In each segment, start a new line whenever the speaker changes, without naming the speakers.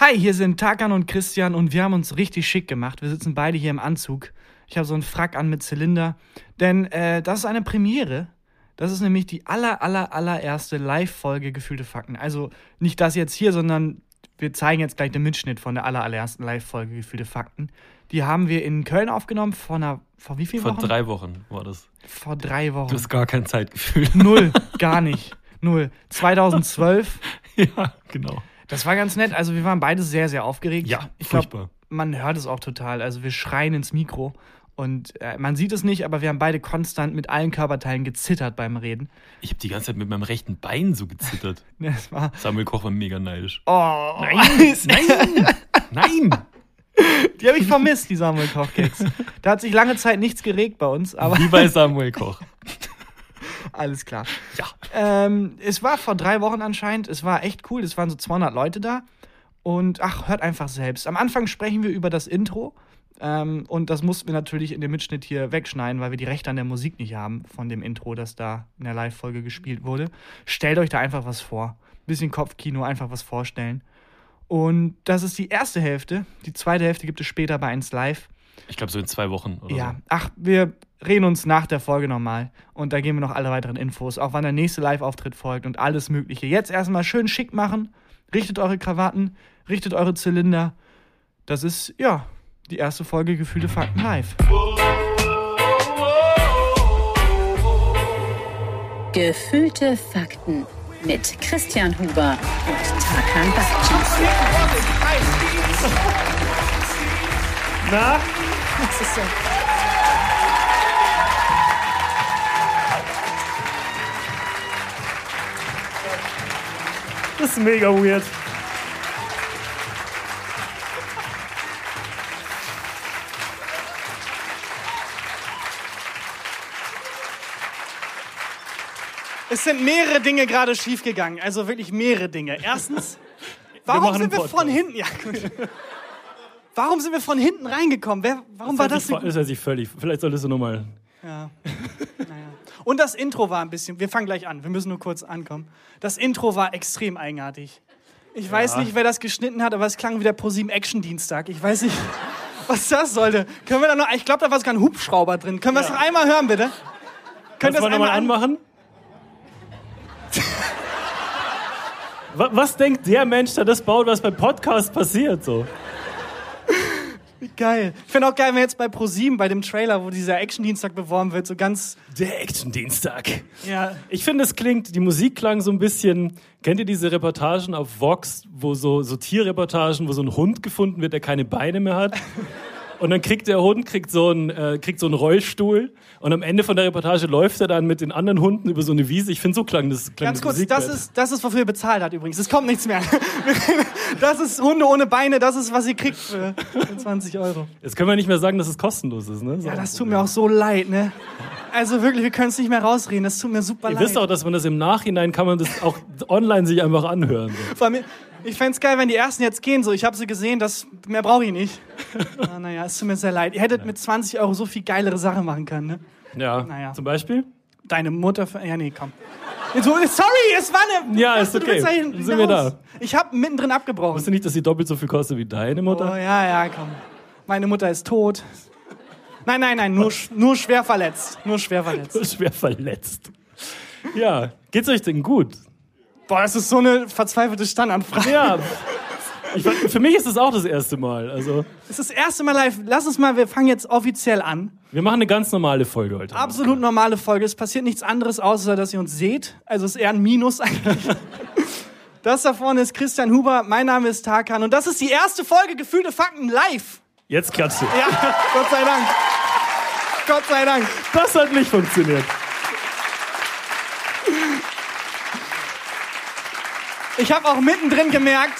Hi, hier sind Takan und Christian und wir haben uns richtig schick gemacht. Wir sitzen beide hier im Anzug. Ich habe so einen Frack an mit Zylinder, denn äh, das ist eine Premiere. Das ist nämlich die aller, aller, allererste Live-Folge Gefühlte Fakten. Also nicht das jetzt hier, sondern wir zeigen jetzt gleich den Mitschnitt von der aller, allerersten Live-Folge Gefühlte Fakten. Die haben wir in Köln aufgenommen, vor, einer, vor wie vielen
Vor
Wochen?
drei Wochen war das.
vor drei Wochen.
Du hast gar kein Zeitgefühl.
Null, gar nicht. Null. 2012.
ja, genau.
Das war ganz nett. Also wir waren beide sehr, sehr aufgeregt.
Ja,
ich glaube,
furchtbar.
man hört es auch total. Also wir schreien ins Mikro und äh, man sieht es nicht, aber wir haben beide konstant mit allen Körperteilen gezittert beim Reden.
Ich habe die ganze Zeit mit meinem rechten Bein so gezittert.
Das war.
Samuel Koch war mega neidisch.
Oh,
nein, nein.
die habe ich vermisst, die Samuel Koch-Gags. Da hat sich lange Zeit nichts geregt bei uns, aber
Wie bei Samuel Koch.
alles klar.
Ja.
Ähm, es war vor drei Wochen anscheinend. Es war echt cool. Es waren so 200 Leute da. Und ach, hört einfach selbst. Am Anfang sprechen wir über das Intro. Ähm, und das mussten wir natürlich in dem Mitschnitt hier wegschneiden, weil wir die Rechte an der Musik nicht haben von dem Intro, das da in der Live-Folge gespielt wurde. Stellt euch da einfach was vor. Bisschen Kopfkino, einfach was vorstellen. Und das ist die erste Hälfte. Die zweite Hälfte gibt es später bei 1 Live.
Ich glaube so in zwei Wochen oder
Ja, ach, wir reden uns nach der Folge nochmal und da geben wir noch alle weiteren Infos, auch wann der nächste Live-Auftritt folgt und alles Mögliche. Jetzt erstmal schön schick machen, richtet eure Krawatten, richtet eure Zylinder. Das ist, ja, die erste Folge Gefühlte Fakten live.
Gefühlte Fakten mit Christian Huber und Tarkan Bakci.
Na?
Das ist mega weird.
Es sind mehrere Dinge gerade schiefgegangen, also wirklich mehrere Dinge. Erstens, warum
machen
sind wir
einen
von hinten? Ja, gut. Warum sind wir von hinten reingekommen? Wer, warum war das?
Ist er sich- ist er sich völlig. Vielleicht solltest du nochmal.
Ja. Naja. Und das Intro war ein bisschen. Wir fangen gleich an. Wir müssen nur kurz ankommen. Das Intro war extrem eigenartig. Ich weiß nicht, wer das geschnitten hat, aber es klang wie der ProSieben Action Dienstag. Ich weiß nicht, was das sollte. Können wir da noch? Ich glaube, da war sogar ein Hubschrauber drin. Können wir das noch einmal hören, bitte? Können
Kannst
wir
du
das
mal nochmal
einmal anmachen?
anmachen? Wa- was denkt der Mensch, der das baut, was beim Podcast passiert? So?
Geil. Ich finde auch geil, wenn jetzt bei ProSieben bei dem Trailer, wo dieser Action Dienstag beworben wird, so ganz.
Der Action-Dienstag.
Ja.
Ich finde, es klingt, die Musik klang so ein bisschen. Kennt ihr diese Reportagen auf Vox, wo so, so Tierreportagen, wo so ein Hund gefunden wird, der keine Beine mehr hat? Und dann kriegt der Hund kriegt so einen, äh, kriegt so einen Rollstuhl und am Ende von der Reportage läuft er dann mit den anderen Hunden über so eine Wiese. Ich finde, so klang das klang
Ganz
das
kurz,
Musik
das ist, das ist, wofür ihr bezahlt hat übrigens. Es kommt nichts mehr. Das ist Hunde ohne Beine, das ist, was ihr kriegt für 20 Euro.
Jetzt können wir nicht mehr sagen, dass es kostenlos ist. Ne? So.
Ja, das tut mir auch so leid, ne? Also wirklich, wir können es nicht mehr rausreden. Das tut mir super
Ihr
leid.
wisst auch, dass man das im Nachhinein kann man das auch online sich einfach anhören. So.
Vor allem, ich fänd's geil, wenn die ersten jetzt gehen. So, ich habe sie gesehen, das mehr brauche ich nicht. Ah, naja, es tut mir sehr leid. Ihr hättet mit 20 Euro so viel geilere Sachen machen können, ne?
Ja.
Naja.
Zum Beispiel?
Deine Mutter. ver- Ja, nee, komm. So, sorry, es war eine.
Ja,
Lass
ist
du
okay.
willst dahin-
Dann sind wir
hinaus.
da.
Ich habe mittendrin abgebrochen.
Weißt du nicht, dass sie doppelt so viel kostet wie deine Mutter?
Oh, ja, ja, komm. Meine Mutter ist tot. Nein, nein, nein, nur, sch- nur schwer verletzt. Nur schwer verletzt.
schwer verletzt. Ja, geht's euch denn gut?
Boah, das ist so eine verzweifelte Standanfrage.
Ja. Ich, fand- für mich ist es auch das erste Mal. Also,
Es ist das erste Mal live. Lass uns mal, wir fangen jetzt offiziell an.
wir machen eine ganz normale Folge heute.
Absolut normale Folge. Es passiert nichts anderes, außer dass ihr uns seht. Also es ist eher ein Minus eigentlich. Das da vorne ist Christian Huber, mein Name ist Tarkan und das ist die erste Folge Gefühlte Fakten live.
Jetzt klatscht ihr.
Ja, Gott sei Dank. Gott sei Dank.
Das hat nicht funktioniert.
Ich habe auch mittendrin gemerkt,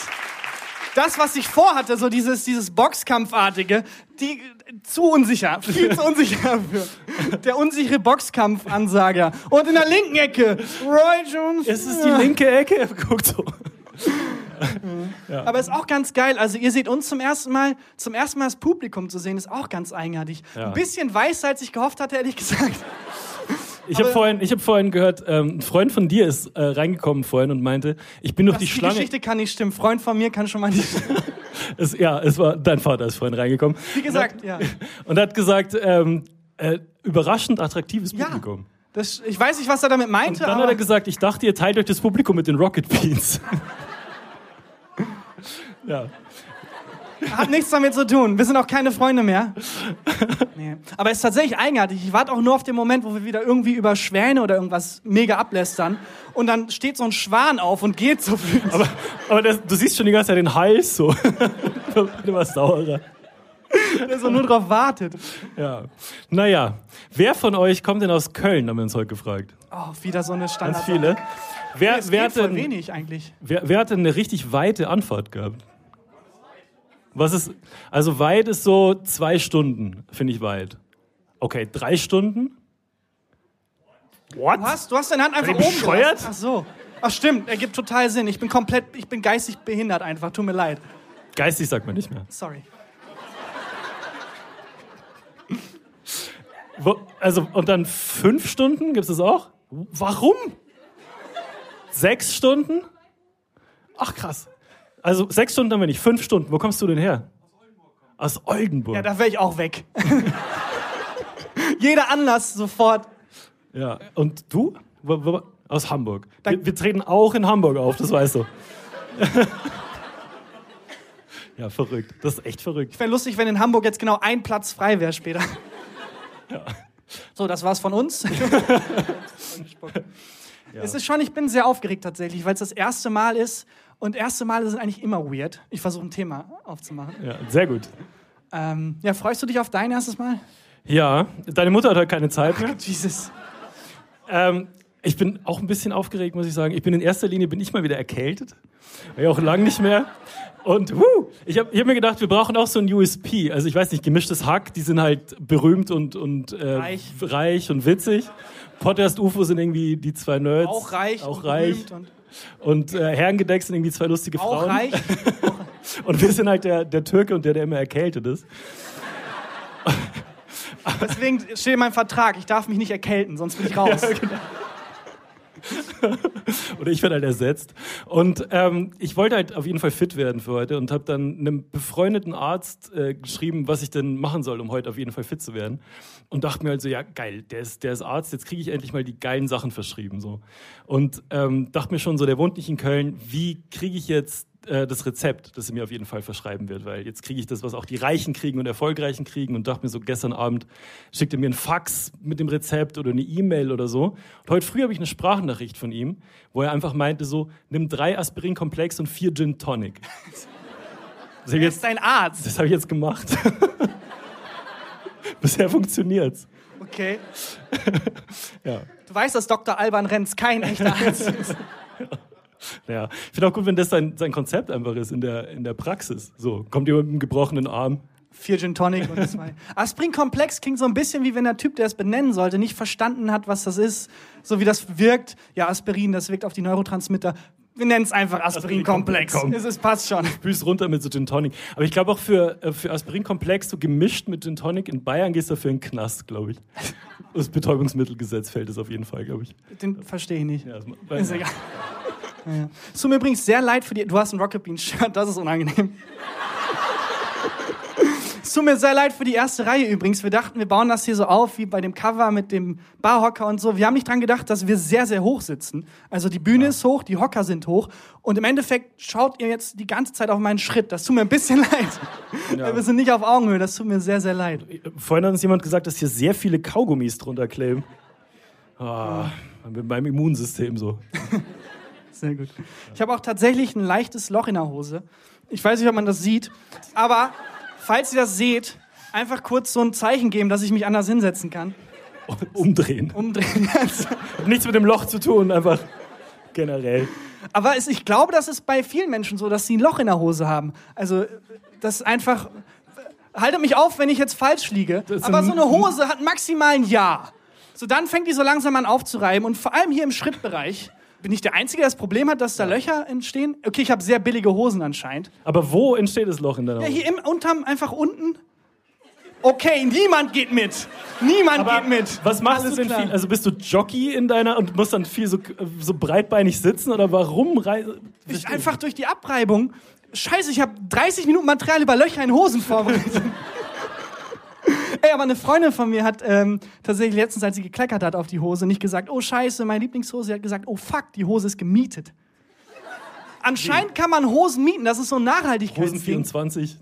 das, was ich vorhatte, so dieses, dieses Boxkampfartige, die zu unsicher, viel zu unsicher für. Der unsichere Boxkampfansager. Und in der linken Ecke, Roy Jones.
Es ist die linke Ecke. Guckt so.
Aber ist auch ganz geil. Also ihr seht uns zum ersten Mal, zum ersten Mal das Publikum zu sehen, ist auch ganz eigenartig. Ein bisschen weißer, als ich gehofft hatte, ehrlich gesagt.
Ich habe
Aber-
vorhin, ich hab vorhin gehört, ähm, ein Freund von dir ist äh, reingekommen vorhin und meinte, ich bin durch die
die
Schlange.
Geschichte kann nicht stimmen. Freund von mir kann schon mal nicht stimmen.
Es, ja, es war dein Vater ist vorhin reingekommen
Wie gesagt, ja.
und hat gesagt, ähm, äh, überraschend attraktives
Ja.
Publikum.
Das, ich weiß nicht, was er damit
Und
meinte,
dann hat
aber
er gesagt, ich dachte, ihr teilt euch das Publikum mit den Rocket Beans. ja.
hat nichts damit zu tun. Wir sind auch keine Freunde mehr. Nee. Aber es ist tatsächlich eigenartig. Ich warte auch nur auf den Moment, wo wir wieder irgendwie über Schwäne oder irgendwas mega ablästern. Und dann steht so ein Schwan auf und geht so wütend.
Aber, aber das, du siehst schon die ganze Zeit den Hals so. du warst saurer.
der so nur drauf wartet.
Ja. Naja, wer von euch kommt denn aus Köln, haben wir uns heute gefragt.
Oh, wieder so eine Standard.
Ganz viele. Wer,
Es geht
wer, hat
voll
denn,
wenig eigentlich.
wer, wer hat denn eine richtig weite Anfahrt gehabt? Was ist, also weit ist so zwei Stunden, finde ich weit. Okay, drei Stunden? What?
Du hast, du hast deine Hand einfach
Bin ich
oben
bescheuert?
gelassen. Ach so. Ach stimmt, ergibt total Sinn. Ich bin komplett, ich bin geistig behindert einfach. Tut mir leid.
Geistig sagt man nicht mehr.
Sorry.
Wo, also, und dann fünf Stunden? Gibt es das auch? Warum? Sechs Stunden? Ach, krass. Also, sechs Stunden haben wir nicht. Fünf Stunden. Wo kommst du denn her? Aus Oldenburg.
Ja, da wäre ich auch weg. Jeder Anlass sofort.
Ja. Und du? Wo, wo, aus Hamburg. Wir, wir treten auch in Hamburg auf, das weißt du. ja, verrückt. Das ist echt verrückt.
Wäre lustig, wenn in Hamburg jetzt genau ein Platz frei wäre später. So, das war's von uns. Es ist schon, ich bin sehr aufgeregt tatsächlich, weil es das erste Mal ist. Und erste Male sind eigentlich immer weird. Ich versuche ein Thema aufzumachen.
Ja, sehr gut.
Ähm, ja, freust du dich auf dein erstes Mal?
Ja, deine Mutter hat heute keine Zeit mehr.
Jesus.
Ähm, ich bin auch ein bisschen aufgeregt, muss ich sagen. Ich bin in erster Linie bin ich mal wieder erkältet, ja auch lang nicht mehr. Und wuh, ich habe ich hab mir gedacht, wir brauchen auch so ein USP. Also ich weiß nicht, gemischtes Hack, die sind halt berühmt und und äh,
Reich.
reich und witzig. Podcast UFO sind irgendwie die zwei Nerds.
Auch reich.
Auch
und berühmt
reich.
Und
Und äh, Herrengedeck sind irgendwie zwei lustige
auch
Frauen.
reich.
Und wir sind halt der, der Türke und der, der immer erkältet ist.
Deswegen steht in meinem Vertrag, ich darf mich nicht erkälten, sonst bin ich raus.
genau. Oder ich werde halt ersetzt. Und ähm, ich wollte halt auf jeden Fall fit werden für heute und habe dann einem befreundeten Arzt äh, geschrieben, was ich denn machen soll, um heute auf jeden Fall fit zu werden. Und dachte mir halt so, ja geil, der ist, der ist Arzt, jetzt kriege ich endlich mal die geilen Sachen verschrieben. so. Und ähm, dachte mir schon so, der wohnt nicht in Köln, wie kriege ich jetzt äh, das Rezept, das er mir auf jeden Fall verschreiben wird, weil jetzt kriege ich das, was auch die Reichen kriegen und Erfolgreichen kriegen und dachte mir so, gestern Abend schickt er mir ein Fax mit dem Rezept oder eine E-Mail oder so. Und heute früh habe ich eine Sprachnachricht von ihm, wo er einfach meinte so, nimm drei Aspirin-Komplex und vier Gin Tonic. Das habe ich
Er
jetzt,
ist ein Arzt.
das habe ich jetzt gemacht. Bisher funktioniert's.
Okay.
Ja.
Du weißt, dass Dr. Alban Renz kein echter Arzt ist.
Ja, ich finde auch gut, wenn das sein, sein Konzept einfach ist in der, in der Praxis. So, kommt jemand mit einem gebrochenen Arm.
Vier Gin Tonic und zwei. Aspirin-Komplex klingt so ein bisschen wie wenn der Typ, der es benennen sollte, nicht verstanden hat, was das ist, so wie das wirkt. Ja, Aspirin, das wirkt auf die Neurotransmitter. Wir nennen es einfach Aspirin-Komplex.
Aspirin-Komplex.
es ist, passt schon.
Büß runter mit so Gin Tonic. Aber ich glaube auch für, äh, für Aspirinkomplex, so gemischt mit Gin Tonic in Bayern, gehst du dafür in den Knast, glaube ich. Das Betäubungsmittelgesetz fällt es auf jeden Fall, glaube ich.
Den verstehe ich nicht.
Ja, das-
Ist egal. Ja. Es tut mir übrigens sehr leid für die. Du hast ein Rocket Bean Shirt, das ist unangenehm. Es tut mir sehr leid für die erste Reihe übrigens. Wir dachten, wir bauen das hier so auf wie bei dem Cover mit dem Barhocker und so. Wir haben nicht dran gedacht, dass wir sehr, sehr hoch sitzen. Also die Bühne ist hoch, die Hocker sind hoch. Und im Endeffekt schaut ihr jetzt die ganze Zeit auf meinen Schritt. Das tut mir ein bisschen leid. Weil Wir sind nicht auf Augenhöhe, das tut mir sehr, sehr leid.
Vorhin hat uns jemand gesagt, dass hier sehr viele Kaugummis drunter kleben. Ah, mit meinem Immunsystem so.
Sehr gut. Ich habe auch tatsächlich ein leichtes Loch in der Hose. Ich weiß nicht, ob man das sieht, aber falls ihr das seht, einfach kurz so ein Zeichen geben, dass ich mich anders hinsetzen kann.
Umdrehen.
Umdrehen.
Hat nichts mit dem Loch zu tun, einfach generell.
aber es, ich glaube, das ist bei vielen Menschen so, dass sie ein Loch in der Hose haben. Also, das ist einfach. Haltet mich auf, wenn ich jetzt falsch liege.
ist
Aber
ein-
so eine Hose hat maximal ein Jahr. So, dann fängt die so langsam an aufzureiben. Und vor allem hier im Schrittbereich bin ich der Einzige, der das Problem hat, dass da Löcher entstehen. Okay, ich habe sehr billige Hosen anscheinend.
Aber wo entsteht das Loch in deiner
Ja,
Hose?
hier im, unterm, einfach unten. Okay, niemand geht mit. Niemand geht mit.
Was machst
Alles
du denn
klar.
viel? Also bist du Jockey in deiner und musst dann viel so, äh, so breitbeinig sitzen oder warum reise?
Ich einfach durch die Abreibung. Scheiße, ich habe 30 Minuten Material über Löcher in Hosen vorbereitet. Ey, aber eine Freundin von mir hat ähm, tatsächlich letztens, als sie gekleckert hat auf die Hose, nicht gesagt, oh scheiße, meine Lieblingshose. Sie hat gesagt, oh fuck, die Hose ist gemietet. Anscheinend kann man Hosen mieten. Das ist so ein
Hosen
Nachhaltigkeitsding.
24.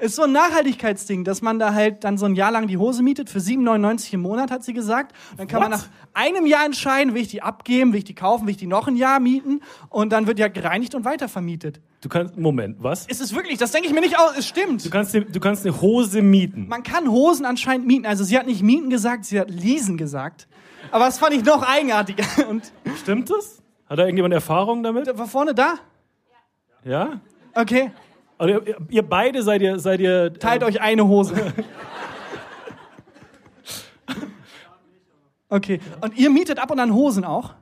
Ist so ein Nachhaltigkeitsding, dass man da halt dann so ein Jahr lang die Hose mietet für 7,99 im Monat, hat sie gesagt. Dann kann man
What?
nach einem Jahr entscheiden, will ich die abgeben, will ich die kaufen, will ich die noch ein Jahr mieten. Und dann wird ja gereinigt und weitervermietet.
Du kannst Moment, was?
Ist es wirklich? Das denke ich mir nicht aus. Es
Du
stimmt.
kannst dir- du kannst eine Hose mieten.
Man kann Hosen anscheinend mieten. Also sie hat nicht mieten gesagt, sie hat leasen gesagt. Aber das fand ich noch eigenartiger. Und
Stimmt das? Hat da irgendjemand Erfahrung damit?
da war vorne da?
Ja?
Okay.
Oder ihr, ihr beide seid ihr seid ihr äh,
Teilt euch eine Hose. Okay. Und ihr mietet ab und an Hosen auch?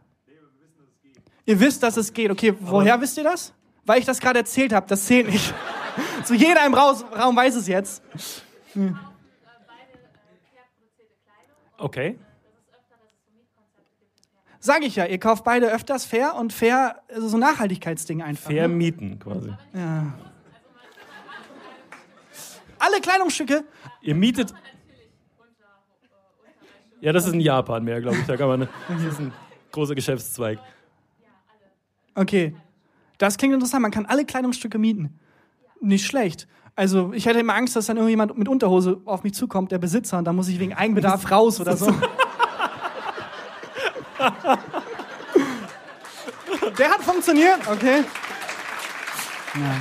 Ihr wisst, dass es geht. Okay, woher wisst ihr das? Weil ich das gerade erzählt habe. Das zählt nicht. So jeder im Raus Raum weiß es jetzt.
Okay.
Sage ich ja, ihr kauft beide öfters fair und fair ist so ein Nachhaltigkeitsding einfach.
Fair mieten quasi.
Alle Kleidungsstücke
Ihr mietet Ja, das ist in Japan mehr, glaube ich. Da kann man das ist ein großer Geschäftszweig.
Okay. Das klingt interessant. Man kann alle Kleidungsstücke mieten. Nicht schlecht. Also, ich hätte immer Angst, dass dann irgendjemand mit Unterhose auf mich zukommt, der Besitzer, und dann muss ich wegen Eigenbedarf raus oder so. der hat funktioniert, okay. Ja.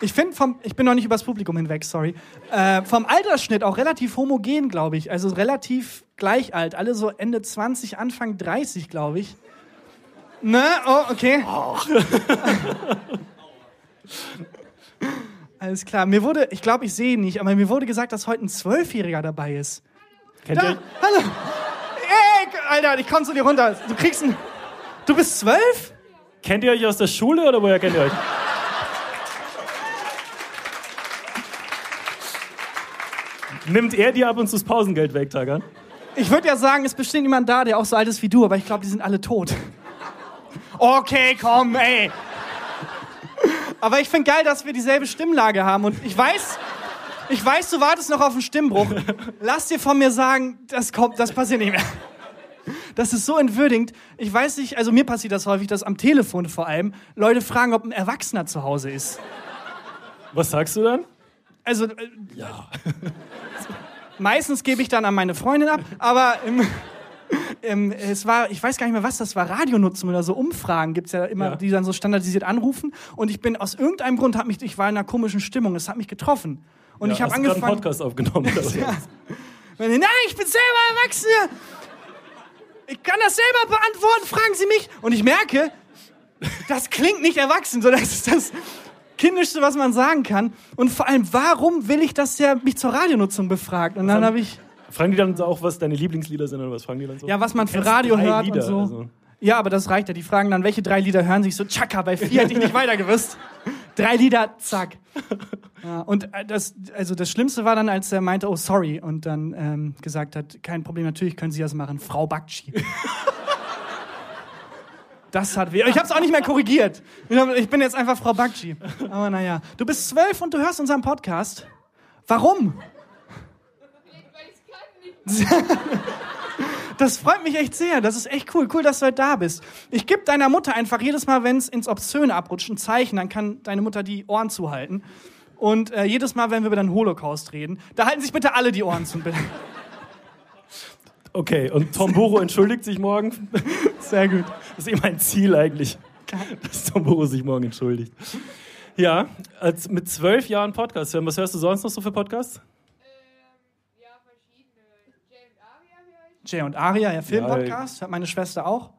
Ich finde vom, ich bin noch nicht übers Publikum hinweg, sorry. Äh, vom Altersschnitt auch relativ homogen, glaube ich. Also relativ gleich alt. Alle so Ende 20, Anfang 30, glaube ich. Ne? Oh, okay. Alles klar. Mir wurde, ich glaube, ich sehe ihn nicht, aber mir wurde gesagt, dass heute ein Zwölfjähriger dabei ist.
Kennt
Da,
ihr
hallo. Ey, Alter, ich komm zu dir runter. Du kriegst ein. Du bist zwölf?
Kennt ihr euch aus der Schule oder woher kennt ihr euch? Nimmt er dir ab und zu das Pausengeld weg, Tagan?
Ich würde ja sagen, es besteht niemand da, der auch so alt ist wie du, aber ich glaube, die sind alle tot. Okay, komm, ey. Aber ich finde geil, dass wir dieselbe Stimmlage haben und ich weiß, ich weiß, du wartest noch auf einen Stimmbruch. Lass dir von mir sagen, das kommt, das passiert nicht mehr. Das ist so entwürdigend. Ich weiß nicht, also mir passiert das häufig, dass am Telefon vor allem Leute fragen, ob ein Erwachsener zu Hause ist.
Was sagst du dann?
Also. Äh, ja. Meistens gebe ich dann an meine Freundin ab, aber ähm, ähm, es war, ich weiß gar nicht mehr, was das war, Radionutzen oder so Umfragen gibt's ja immer,
Ja.
die dann so standardisiert anrufen. Und ich bin aus irgendeinem Grund, hab mich, ich war in einer komischen Stimmung, es hat mich getroffen. Und ich habe
hast du gerade einen
angefangen.
Podcast aufgenommen. ja.
Nein, ich bin selber Erwachsener! Ich kann das selber beantworten, fragen Sie mich! Und ich merke, das klingt nicht erwachsen, so das ist das Kindischste, was man sagen kann. Und vor allem, warum will ich, dass der mich zur Radionutzung befragt? Und dann habe ich,
Fragen die dann so auch, was deine Lieblingslieder sind oder was fragen die dann so?
ja, was man für
Erst
Radio
drei
hört
Lieder,
und so.
also.
Ja, aber das reicht ja. Die fragen dann, welche drei Lieder hören sich so? Tschakka, bei vier hätte ich nicht weiter gewusst. Drei Lieder, zack. Ja, und äh, das, also das Schlimmste war dann, als er meinte, oh sorry, und dann ähm, gesagt hat, kein Problem, natürlich können Sie das machen, Frau Bakci. Das hat weh. Ich hab's auch nicht mehr korrigiert. Ich hab- Ich bin jetzt einfach Frau Bakci. Aber naja. Du bist zwölf und du hörst unseren Podcast. Warum? Das freut mich echt sehr. Das ist echt cool. Cool, dass du heute da bist. Ich gebe deiner Mutter einfach jedes Mal, wenn es ins Obszöne abrutscht, ein Zeichen. Dann kann deine Mutter die Ohren zuhalten. Und äh, jedes Mal, wenn wir über den Holocaust reden, da halten sich bitte alle die Ohren zu. Bitte.
Okay, und Tom Buro entschuldigt sich morgen.
Sehr gut.
Das ist eh mein Ziel eigentlich, dass Tom Buro sich morgen entschuldigt. Ja, als mit zwölf Jahren Podcast hören. Was hörst du sonst noch so für Podcasts?
Ja, verschiedene. Jay und Aria höre ich.
Jay und Aria, ja, Filmpodcast, hat meine Schwester auch.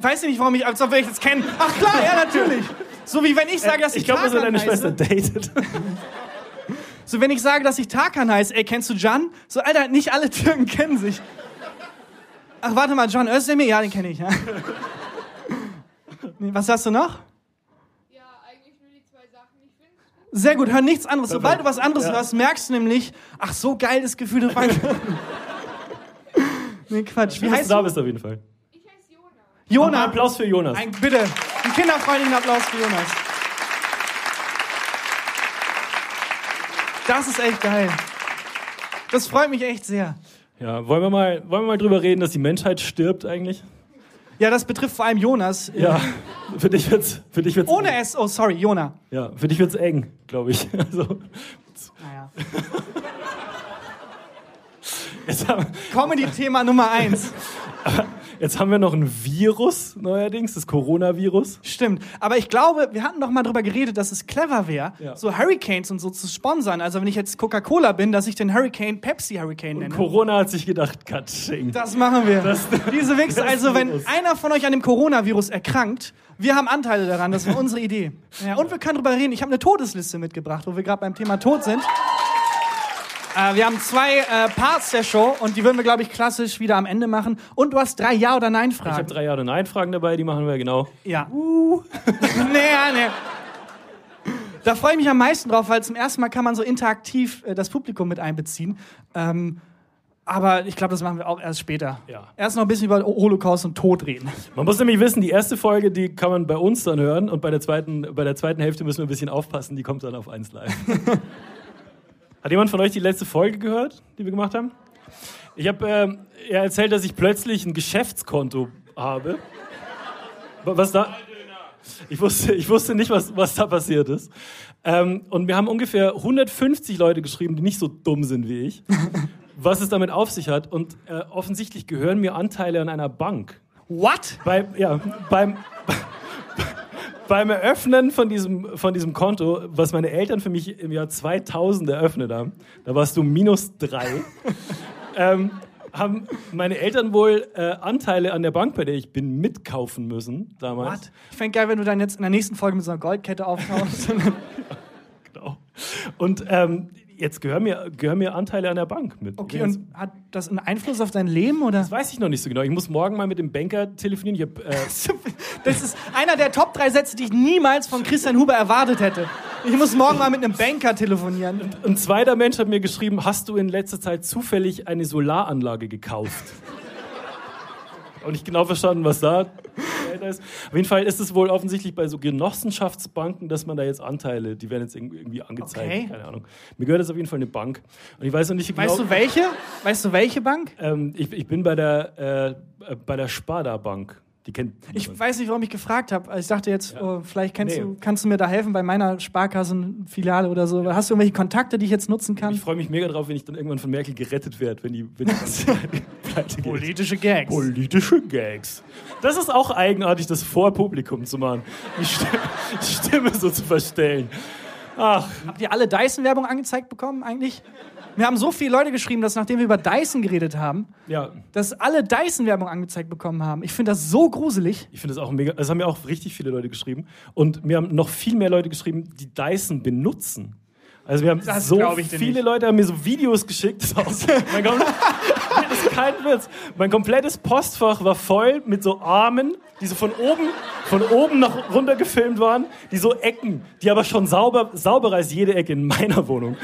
Weiß ich nicht, warum ich, als ob wir jetzt kennen. Ach klar, ja, natürlich. So wie wenn ich sage, dass ich,
Ich glaube, dass er
Tarkan
deine Schwester
heiße.
datet.
So wenn ich sage, dass ich Tarkan heiße, ey, kennst du Jan? So, Alter, nicht alle Türken kennen sich. Ach, warte mal, Jan Özdemir? Ja, den kenne ich, ja. Nee, Was hast du noch?
Ja, eigentlich nur die zwei Sachen. Ich finde es gut.
Sehr gut, hör nichts anderes. Sobald du was anderes
Ja.
hörst, merkst du nämlich, ach, so geil das Gefühl der Weihnachten. nee, Quatsch. Wie
Schön, dass
heißt
du da
du?
bist auf jeden Fall.
Ich heiße Jona.
Nochmal
Jonas.
Applaus für Jonas.
Ein, bitte, einen kinderfreundlichen Applaus für Jonas. Das ist echt geil. Das freut mich echt sehr.
Ja, wollen wir, mal, wollen wir mal drüber reden, dass die Menschheit stirbt eigentlich?
Ja, das betrifft vor allem Jonas.
Ja, für dich wird's, für dich wird's
Ohne S, oh sorry, Jona.
Ja, für dich wird's eng, glaube ich. Also,
Naja.
jetzt, haben,
Comedy-Thema Nummer eins.
jetzt haben wir noch ein Virus neuerdings, das Coronavirus.
Stimmt. Aber ich glaube, wir hatten doch mal drüber geredet, dass es clever wäre,
Ja.
so Hurricanes und so zu sponsern. Also wenn ich jetzt Coca-Cola bin, dass ich den Hurricane Pepsi Hurricane nenne.
Corona hat sich gedacht, Katsching.
Das machen wir. Diese Wichse.
das
Also, wenn
Virus.
einer von euch an dem Coronavirus erkrankt, wir haben Anteile daran. Das war unsere Idee. Ja, und wir können drüber reden. Ich habe eine Todesliste mitgebracht, wo wir gerade beim Thema Tod sind. Äh, wir haben zwei äh, Parts der Show und die würden wir, glaube ich, klassisch wieder am Ende machen. Und du hast drei Ja- oder
Ich habe
Nein-Fragen.
drei Ja- oder Nein-Fragen dabei, die machen wir genau.
Ja. nee, ja, nee. Uh. Da freue ich mich am meisten drauf, weil zum ersten Mal kann man so interaktiv äh, das Publikum mit einbeziehen. Ähm, aber ich glaube, das machen wir auch erst später.
Ja.
Erst noch ein bisschen über Holocaust und Tod reden.
Man muss nämlich wissen, die erste Folge, die kann man bei uns dann hören und bei der zweiten, bei der zweiten Hälfte müssen wir ein bisschen aufpassen, die kommt dann auf 1 live. Hat jemand von euch die letzte Folge gehört, die wir gemacht haben? Ich habe ähm, ja erzählt, dass ich plötzlich ein Geschäftskonto habe. Wa- Was da? Ich wusste, ich wusste nicht, was, was da passiert ist. Ähm, und mir haben ungefähr 150 Leute geschrieben, die nicht so dumm sind wie ich, was es damit auf sich hat. Und äh, offensichtlich gehören mir Anteile an einer Bank
What?
beim, ja, beim, beim Eröffnen von diesem, von diesem Konto, was meine Eltern für mich im Jahr 2000 eröffnet haben, da warst du minus drei, ähm, haben meine Eltern wohl äh, Anteile an der Bank, bei der ich bin, mitkaufen müssen damals.
What? Ich fände geil, wenn du dann jetzt in der nächsten Folge mit so einer Goldkette auftauchst.
Genau. Und ähm, jetzt gehören mir, gehören mir Anteile an der Bank mit.
Okay, und hat das einen Einfluss auf dein Leben oder?
das weiß ich noch nicht so genau. Ich muss morgen mal mit dem Banker telefonieren. Ich hab, äh,
Das ist einer der Top 3 Sätze, die ich niemals von Christian Huber erwartet hätte. Ich muss morgen mal mit einem Banker telefonieren.
Ein zweiter Mensch hat mir geschrieben, hast du in letzter Zeit zufällig eine Solaranlage gekauft? Und ich genau verstanden, was da dahinter ist. Auf jeden Fall ist es wohl offensichtlich bei so Genossenschaftsbanken, dass man da jetzt Anteile, die werden jetzt irgendwie irgendwie angezeigt.
Okay.
Keine Ahnung. Mir gehört jetzt auf jeden Fall eine Bank. Und ich weiß noch nicht genau.
Weißt du welche? Weißt du welche Bank?
ähm, ich, ich bin bei der, äh, äh, bei der Sparda Bank. Die kennt
Ich weiß nicht, warum ich gefragt habe. Ich dachte jetzt, oh, vielleicht kennst
Nee.
du, kannst du mir da helfen bei meiner Sparkassenfiliale oder so. Hast du irgendwelche Kontakte, die ich jetzt nutzen kann?
Ich freue mich mega drauf, wenn ich dann irgendwann von Merkel gerettet werde, wenn die, wenn die Bank pleite geht.
Politische Gags.
Politische Gags. Das ist auch eigenartig, das vor Publikum zu machen. Die Stimme, die Stimme so zu verstellen. Ach,
Habt ihr alle Dyson-Werbung angezeigt bekommen eigentlich? Mir haben so viele Leute geschrieben, dass nachdem wir über Dyson geredet haben,
ja.
dass alle Dyson-Werbung angezeigt bekommen haben. Ich finde das so gruselig.
Ich finde das auch mega. Das haben mir auch richtig viele Leute geschrieben. Und mir haben noch viel mehr Leute geschrieben, die Dyson benutzen. Also wir haben
Das
so
glaub ich dir
viele
nicht.
Leute haben mir so Videos geschickt. Das aussieht- mein, kom das ist kein Witz. mein komplettes Postfach war voll mit so Armen, die so von oben, von oben nach runter gefilmt waren, die so Ecken, die aber schon sauber, sauberer als jede Ecke in meiner Wohnung.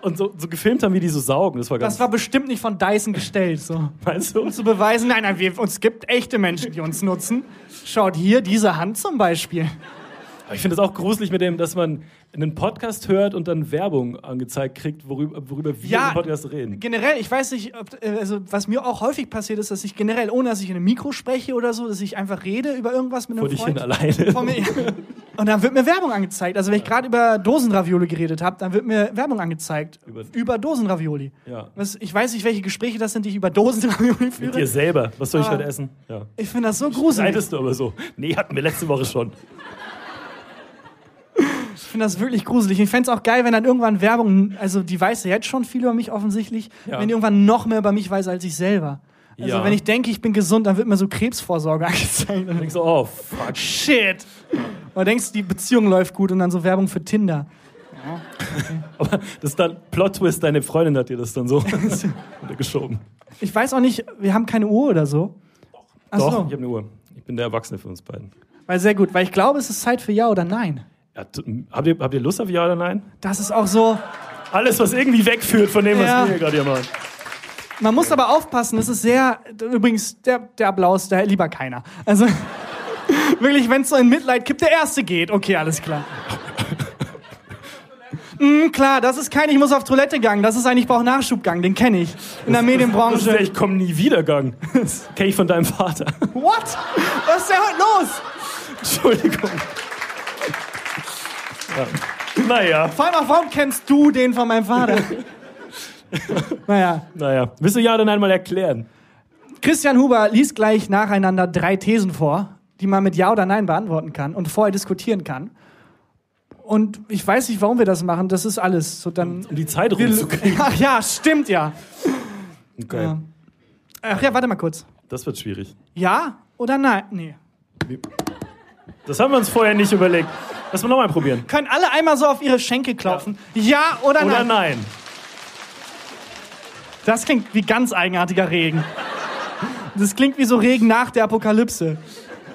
Und so, so gefilmt haben, wie die so saugen. Das war ganz
Das war bestimmt nicht von Dyson gestellt, so.
meinst du?
Um zu beweisen, nein, nein, wir, uns gibt echte Menschen, die uns nutzen. Schaut hier, diese Hand zum Beispiel.
Aber Ich finde es auch gruselig mit dem, dass man einen Podcast hört und dann Werbung angezeigt kriegt, worüber, worüber wir im Podcast reden.
Generell, ich weiß nicht, ob, äh, also was mir auch häufig passiert ist, dass ich generell, ohne dass ich in einem Mikro spreche oder so, dass ich einfach rede über irgendwas mit einem
Vor dich hin
Freund.
alleine.
Vor mir, und dann wird mir Werbung angezeigt. Also wenn ich gerade über Dosenravioli geredet habe, dann wird mir Werbung angezeigt über,
Über-
Dosenravioli.
Ja.
Was, ich weiß nicht, welche Gespräche das sind, die ich über Dosenravioli
Mit dir
führe.
selber. Was soll ich
Ah.
heute essen? Ja.
Ich finde das so gruselig.
Seidest du aber so. Nee, hatten wir letzte Woche schon.
Ich finde das wirklich gruselig. Ich fände es auch geil, wenn dann irgendwann Werbung, also die weiß ja jetzt schon viel über mich offensichtlich,
Ja.
wenn die irgendwann noch mehr über mich weiß als ich selber. Also
Ja.
wenn ich denke, ich bin gesund, dann wird mir so Krebsvorsorge angezeigt.
Denkst du, oh, fuck.
Shit. Oder denkst, die Beziehung läuft gut und dann so Werbung für Tinder.
Aber das ist dann Plot-Twist, deine Freundin hat dir das dann so untergeschoben.
Ich weiß auch nicht, wir haben keine Uhr oder so. Ach
Doch, ich
so.
habe eine Uhr. Ich bin der Erwachsene für uns beiden.
Weil sehr gut, weil ich glaube, es ist Zeit für Ja oder Nein.
Ja, t- habt, ihr, habt ihr Lust auf Ja oder Nein?
Das ist auch so.
Alles, was irgendwie wegführt von dem,
Ja.
was wir hier gerade hier machen.
Man muss aber aufpassen, das ist sehr. Übrigens, der, der Applaus, da lieber keiner. Also, wirklich, wenn es so in Mitleid kippt, der Erste geht. Okay, alles klar. Mm, klar, das ist kein Ich muss auf Toilette gegangen. Das ist ein Ich brauche Nachschubgang, den kenne ich. In der
Das ist der
Medienbranche.
Ich komm nie wieder Gang. Kenn ich von deinem Vater.
What? Was ist denn heute los?
Entschuldigung. Ja. Naja,
Vor allem auch, warum kennst du den von meinem Vater? naja.
naja. Willst du Ja oder Nein mal erklären?
Christian Huber liest gleich nacheinander drei Thesen vor, die man mit Ja oder Nein beantworten kann und vorher diskutieren kann. Und ich weiß nicht, warum wir das machen. Das ist alles. So dann.
Um die Zeit rumzukriegen.
Ach ja, stimmt ja.
Okay.
Ja. Ach ja, warte mal kurz.
Das wird schwierig.
Ja oder nein? Nee.
Das haben wir uns vorher nicht überlegt. Lass mal nochmal probieren.
Können alle einmal so auf ihre Schenkel klopfen? Ja, oder,
Oder
nein?
nein.
Das klingt wie ganz eigenartiger Regen. Das klingt wie so Regen nach der Apokalypse.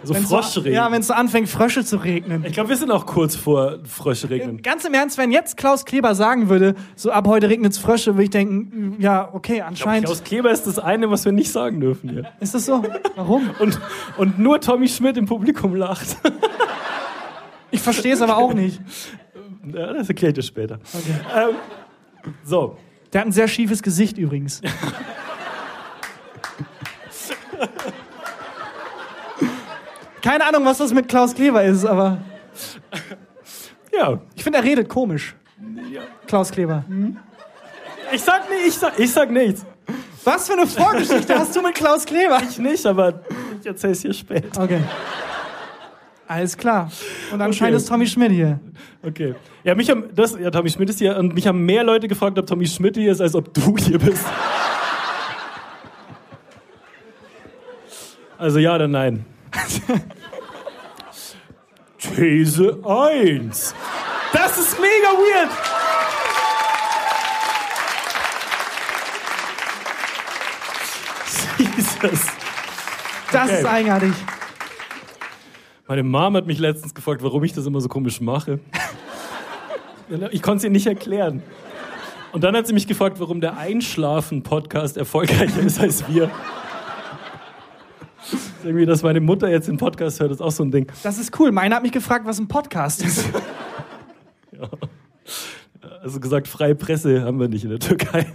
So
Wenn's
Froschregen.
So, ja, wenn es so anfängt, Frösche zu regnen.
ich glaube, wir sind auch kurz vor Froschregnen.
Ganz im Ernst, wenn jetzt Klaus Kleber sagen würde, so ab heute regnet es Frösche, würde ich denken, mm, ja, okay, anscheinend
Klaus Kleber ist das eine, was wir nicht sagen dürfen hier.
ist das so. Warum?
Und, und nur Tommy Schmidt im Publikum lacht.
Ich verstehe es aber auch nicht.
Ja, das erklärt ihr später. Ähm, so,
Der hat ein sehr schiefes Gesicht übrigens. Keine Ahnung, was das mit Klaus Kleber ist, aber
ja.
ich finde, er redet komisch. Klaus Kleber.
Ich sag, nicht, ich, sag, ich sag nichts.
Was für eine Vorgeschichte hast du mit Klaus Kleber?
Ich nicht, aber ich erzähl's hier später.
Okay. Alles klar. Und anscheinend ist Tommy Schmidt hier.
Okay. Ja, mich haben, das, ja, Tommy Schmidt ist hier und mich haben mehr Leute gefragt, ob Tommy Schmidt hier ist, als ob du hier bist. Also ja oder nein? These 1. Das ist mega weird. Jesus.
Das
Okay.
ist eigenartig.
Meine Mom hat mich letztens gefragt, warum ich das immer so komisch mache. Ich konnte es ihr nicht erklären. Und dann hat sie mich gefragt, warum der Einschlafen-Podcast erfolgreicher ist als wir. Ist Irgendwie, dass meine Mutter jetzt den Podcast hört, ist auch so ein Ding.
Das ist cool. Meine hat mich gefragt, was ein Podcast ist.
Also gesagt, freie Presse haben wir nicht in der Türkei.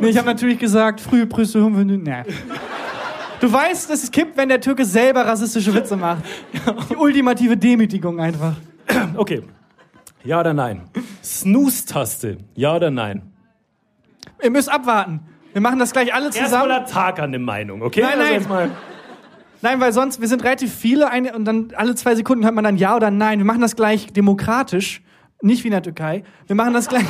Nee, ich habe natürlich gesagt, frühe Brüste, Humpen, nee. Du weißt, dass es kippt, wenn der Türke selber rassistische Witze macht. Die ultimative Demütigung einfach.
Okay. Ja oder nein? Snooze-Taste. Ja oder nein?
Ihr müsst abwarten. Wir machen das gleich alle zusammen.
Erstmal Tag an der Meinung, okay?
Nein, nein.
Also erstmal-
Nein, weil sonst, wir sind relativ viele eine, und dann alle zwei Sekunden hört man dann Ja oder Nein. Wir machen das gleich demokratisch, nicht wie in der Türkei. Wir machen das gleich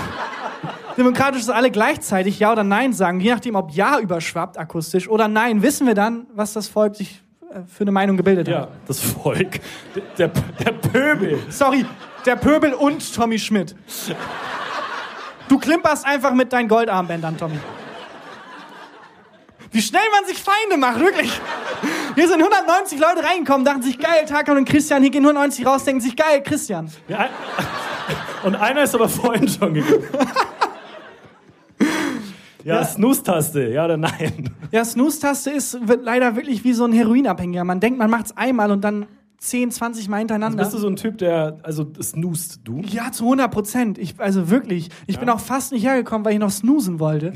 demokratisch, dass alle gleichzeitig Ja oder Nein sagen. Je nachdem, ob Ja überschwappt akustisch oder Nein, wissen wir dann, was das Volk sich äh, für eine Meinung gebildet hat.
Ja, das Volk. Der, der, der Pöbel.
Sorry, der Pöbel und Tommy Schmidt. Du klimperst einfach mit deinen Goldarmbändern, Tommy. Wie schnell man sich Feinde macht, wirklich. Hier sind 190 Leute reingekommen, dachten sich, geil, Tarkan und Christian. Hier gehen 190 raus, denken sich, geil, Christian.
Ja, ein- Und einer ist aber vorhin schon gegangen. Ja, Snooze-Taste, ja oder nein?
Ja, Snooze-Taste ist wird leider wirklich wie so ein Heroinabhängiger. Man denkt, man macht's einmal und dann 10, 20 Mal hintereinander.
Bist du so ein Typ, der, also snoost du?
Ja, zu 100 Prozent. Ich, also wirklich. Ich bin auch fast nicht hergekommen, weil ich noch snoosen wollte.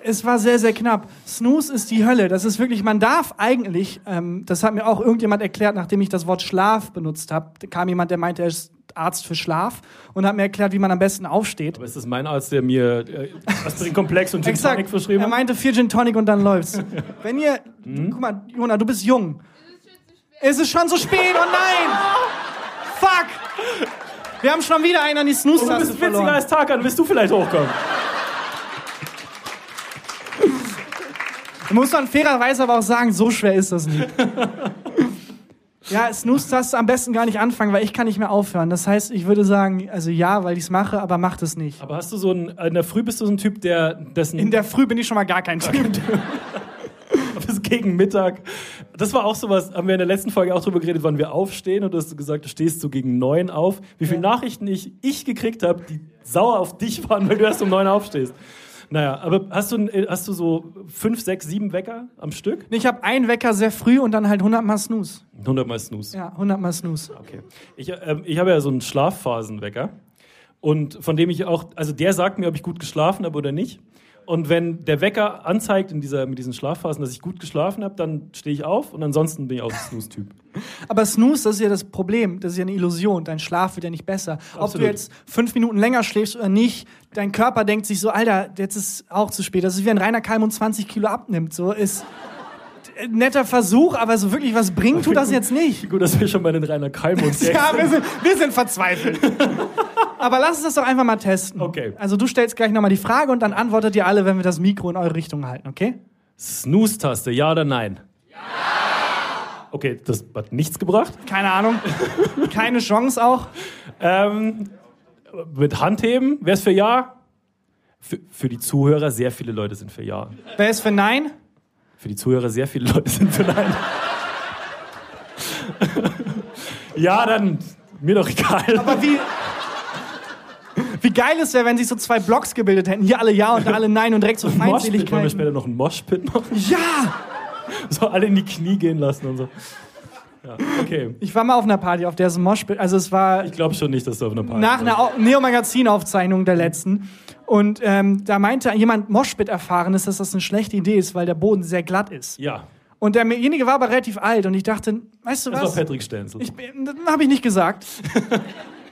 Es war sehr, sehr knapp. Snooze ist die Hölle. Das ist wirklich, man darf eigentlich, ähm, das hat mir auch irgendjemand erklärt, nachdem ich das Wort Schlaf benutzt habe, da kam jemand, der meinte, er ist Arzt für Schlaf und hat mir erklärt, wie man am besten aufsteht.
Aber ist das mein Arzt, der mir äh, Aspirin-Komplex und Gin-Tonic
Exakt.
verschrieben Hm?
Er
hat?
meinte vier Gin Tonic und dann läuft's. Wenn ihr, guck mal, Jona, du bist jung. Es ist schon so spät, oh nein! Fuck! Wir haben schon wieder einen an die
Du
Snooze-Taste
bist witziger
verloren.
als Tarkan, willst du vielleicht hochkommen?
Da Muss man fairerweise aber auch sagen, so schwer ist das nicht. ja, Snooze darfst du am besten gar nicht anfangen, weil ich kann nicht mehr aufhören. Das heißt, ich würde sagen, also ja, weil ich es mache, aber macht es nicht.
Aber hast du so ein, in der Früh bist du so ein Typ, der, dessen,
In der Früh bin ich schon mal gar kein Typ.
das gegen Mittag. Das war auch sowas, haben wir in der letzten Folge auch drüber geredet, wann wir aufstehen. Und du hast gesagt, du stehst so gegen neun auf. Wie viele Nachrichten ich, ich gekriegt habe, die sauer auf dich waren, weil du erst um neun aufstehst. Naja, aber hast du, hast du so fünf, sechs, sieben Wecker am Stück?
Ich habe einen Wecker sehr früh und dann halt 100 Mal Snooze.
100 Mal Snooze.
Ja, 100 Mal Snooze.
Okay. Ich, ähm, ich habe ja so einen Schlafphasenwecker. Und von dem ich auch, also der sagt mir, ob ich gut geschlafen habe oder nicht. Und wenn der Wecker anzeigt in dieser, mit diesen Schlafphasen, dass ich gut geschlafen habe, dann stehe ich auf und ansonsten bin ich auch ein Snooze-Typ.
Aber Snooze, das ist ja das Problem. Das ist ja eine Illusion. Dein Schlaf wird ja nicht besser. Ob du
Absolut.
jetzt fünf Minuten länger schläfst oder nicht, dein Körper denkt sich so, Alter, jetzt ist auch zu spät. Das ist wie ein Rainer Kalmund 20 Kilo abnimmt. So ist ein netter Versuch, aber so wirklich was bringt,
Also
tut das jetzt nicht.
Gut, dass wir schon bei den Rainer Kalmund sind.
Ja, wir sind, wir sind verzweifelt. Aber lass uns das doch einfach mal testen.
Okay.
Also du stellst gleich nochmal die Frage und dann antwortet ihr alle, wenn wir das Mikro in eure Richtung halten, okay?
Snooze-Taste, ja oder nein? Ja! Okay, das hat nichts gebracht.
Keine Ahnung. Keine Chance auch.
Ähm, mit Handheben, wer ist für Ja? Für, für die Zuhörer, sehr viele Leute sind für Ja.
Wer ist für Nein?
Für die Zuhörer, sehr viele Leute sind für Nein. ja, dann, mir doch egal.
Aber wie. Wie geil es wäre, wenn sich so zwei Blocks gebildet hätten. Hier alle Ja und da alle Nein und direkt so
Moshpit, wollen wir
Feindseligkeiten.
später noch einen Moshpit machen?
Ja!
So alle in die Knie gehen lassen und so. Ja, okay.
Ich war mal auf einer Party, auf der es ein Moshpit, also es war
Ich glaube schon nicht, dass du auf einer Party
nach
warst.
einer Au- Neo-Magazin-Aufzeichnung der letzten. Und ähm, da meinte jemand Moshpit erfahren ist, dass das eine schlechte Idee ist, weil der Boden sehr glatt ist.
Ja,
Und derjenige war aber relativ alt und ich dachte, weißt du
das war
was?
Patrick Stenzel.
Ich bin, das habe ich nicht gesagt.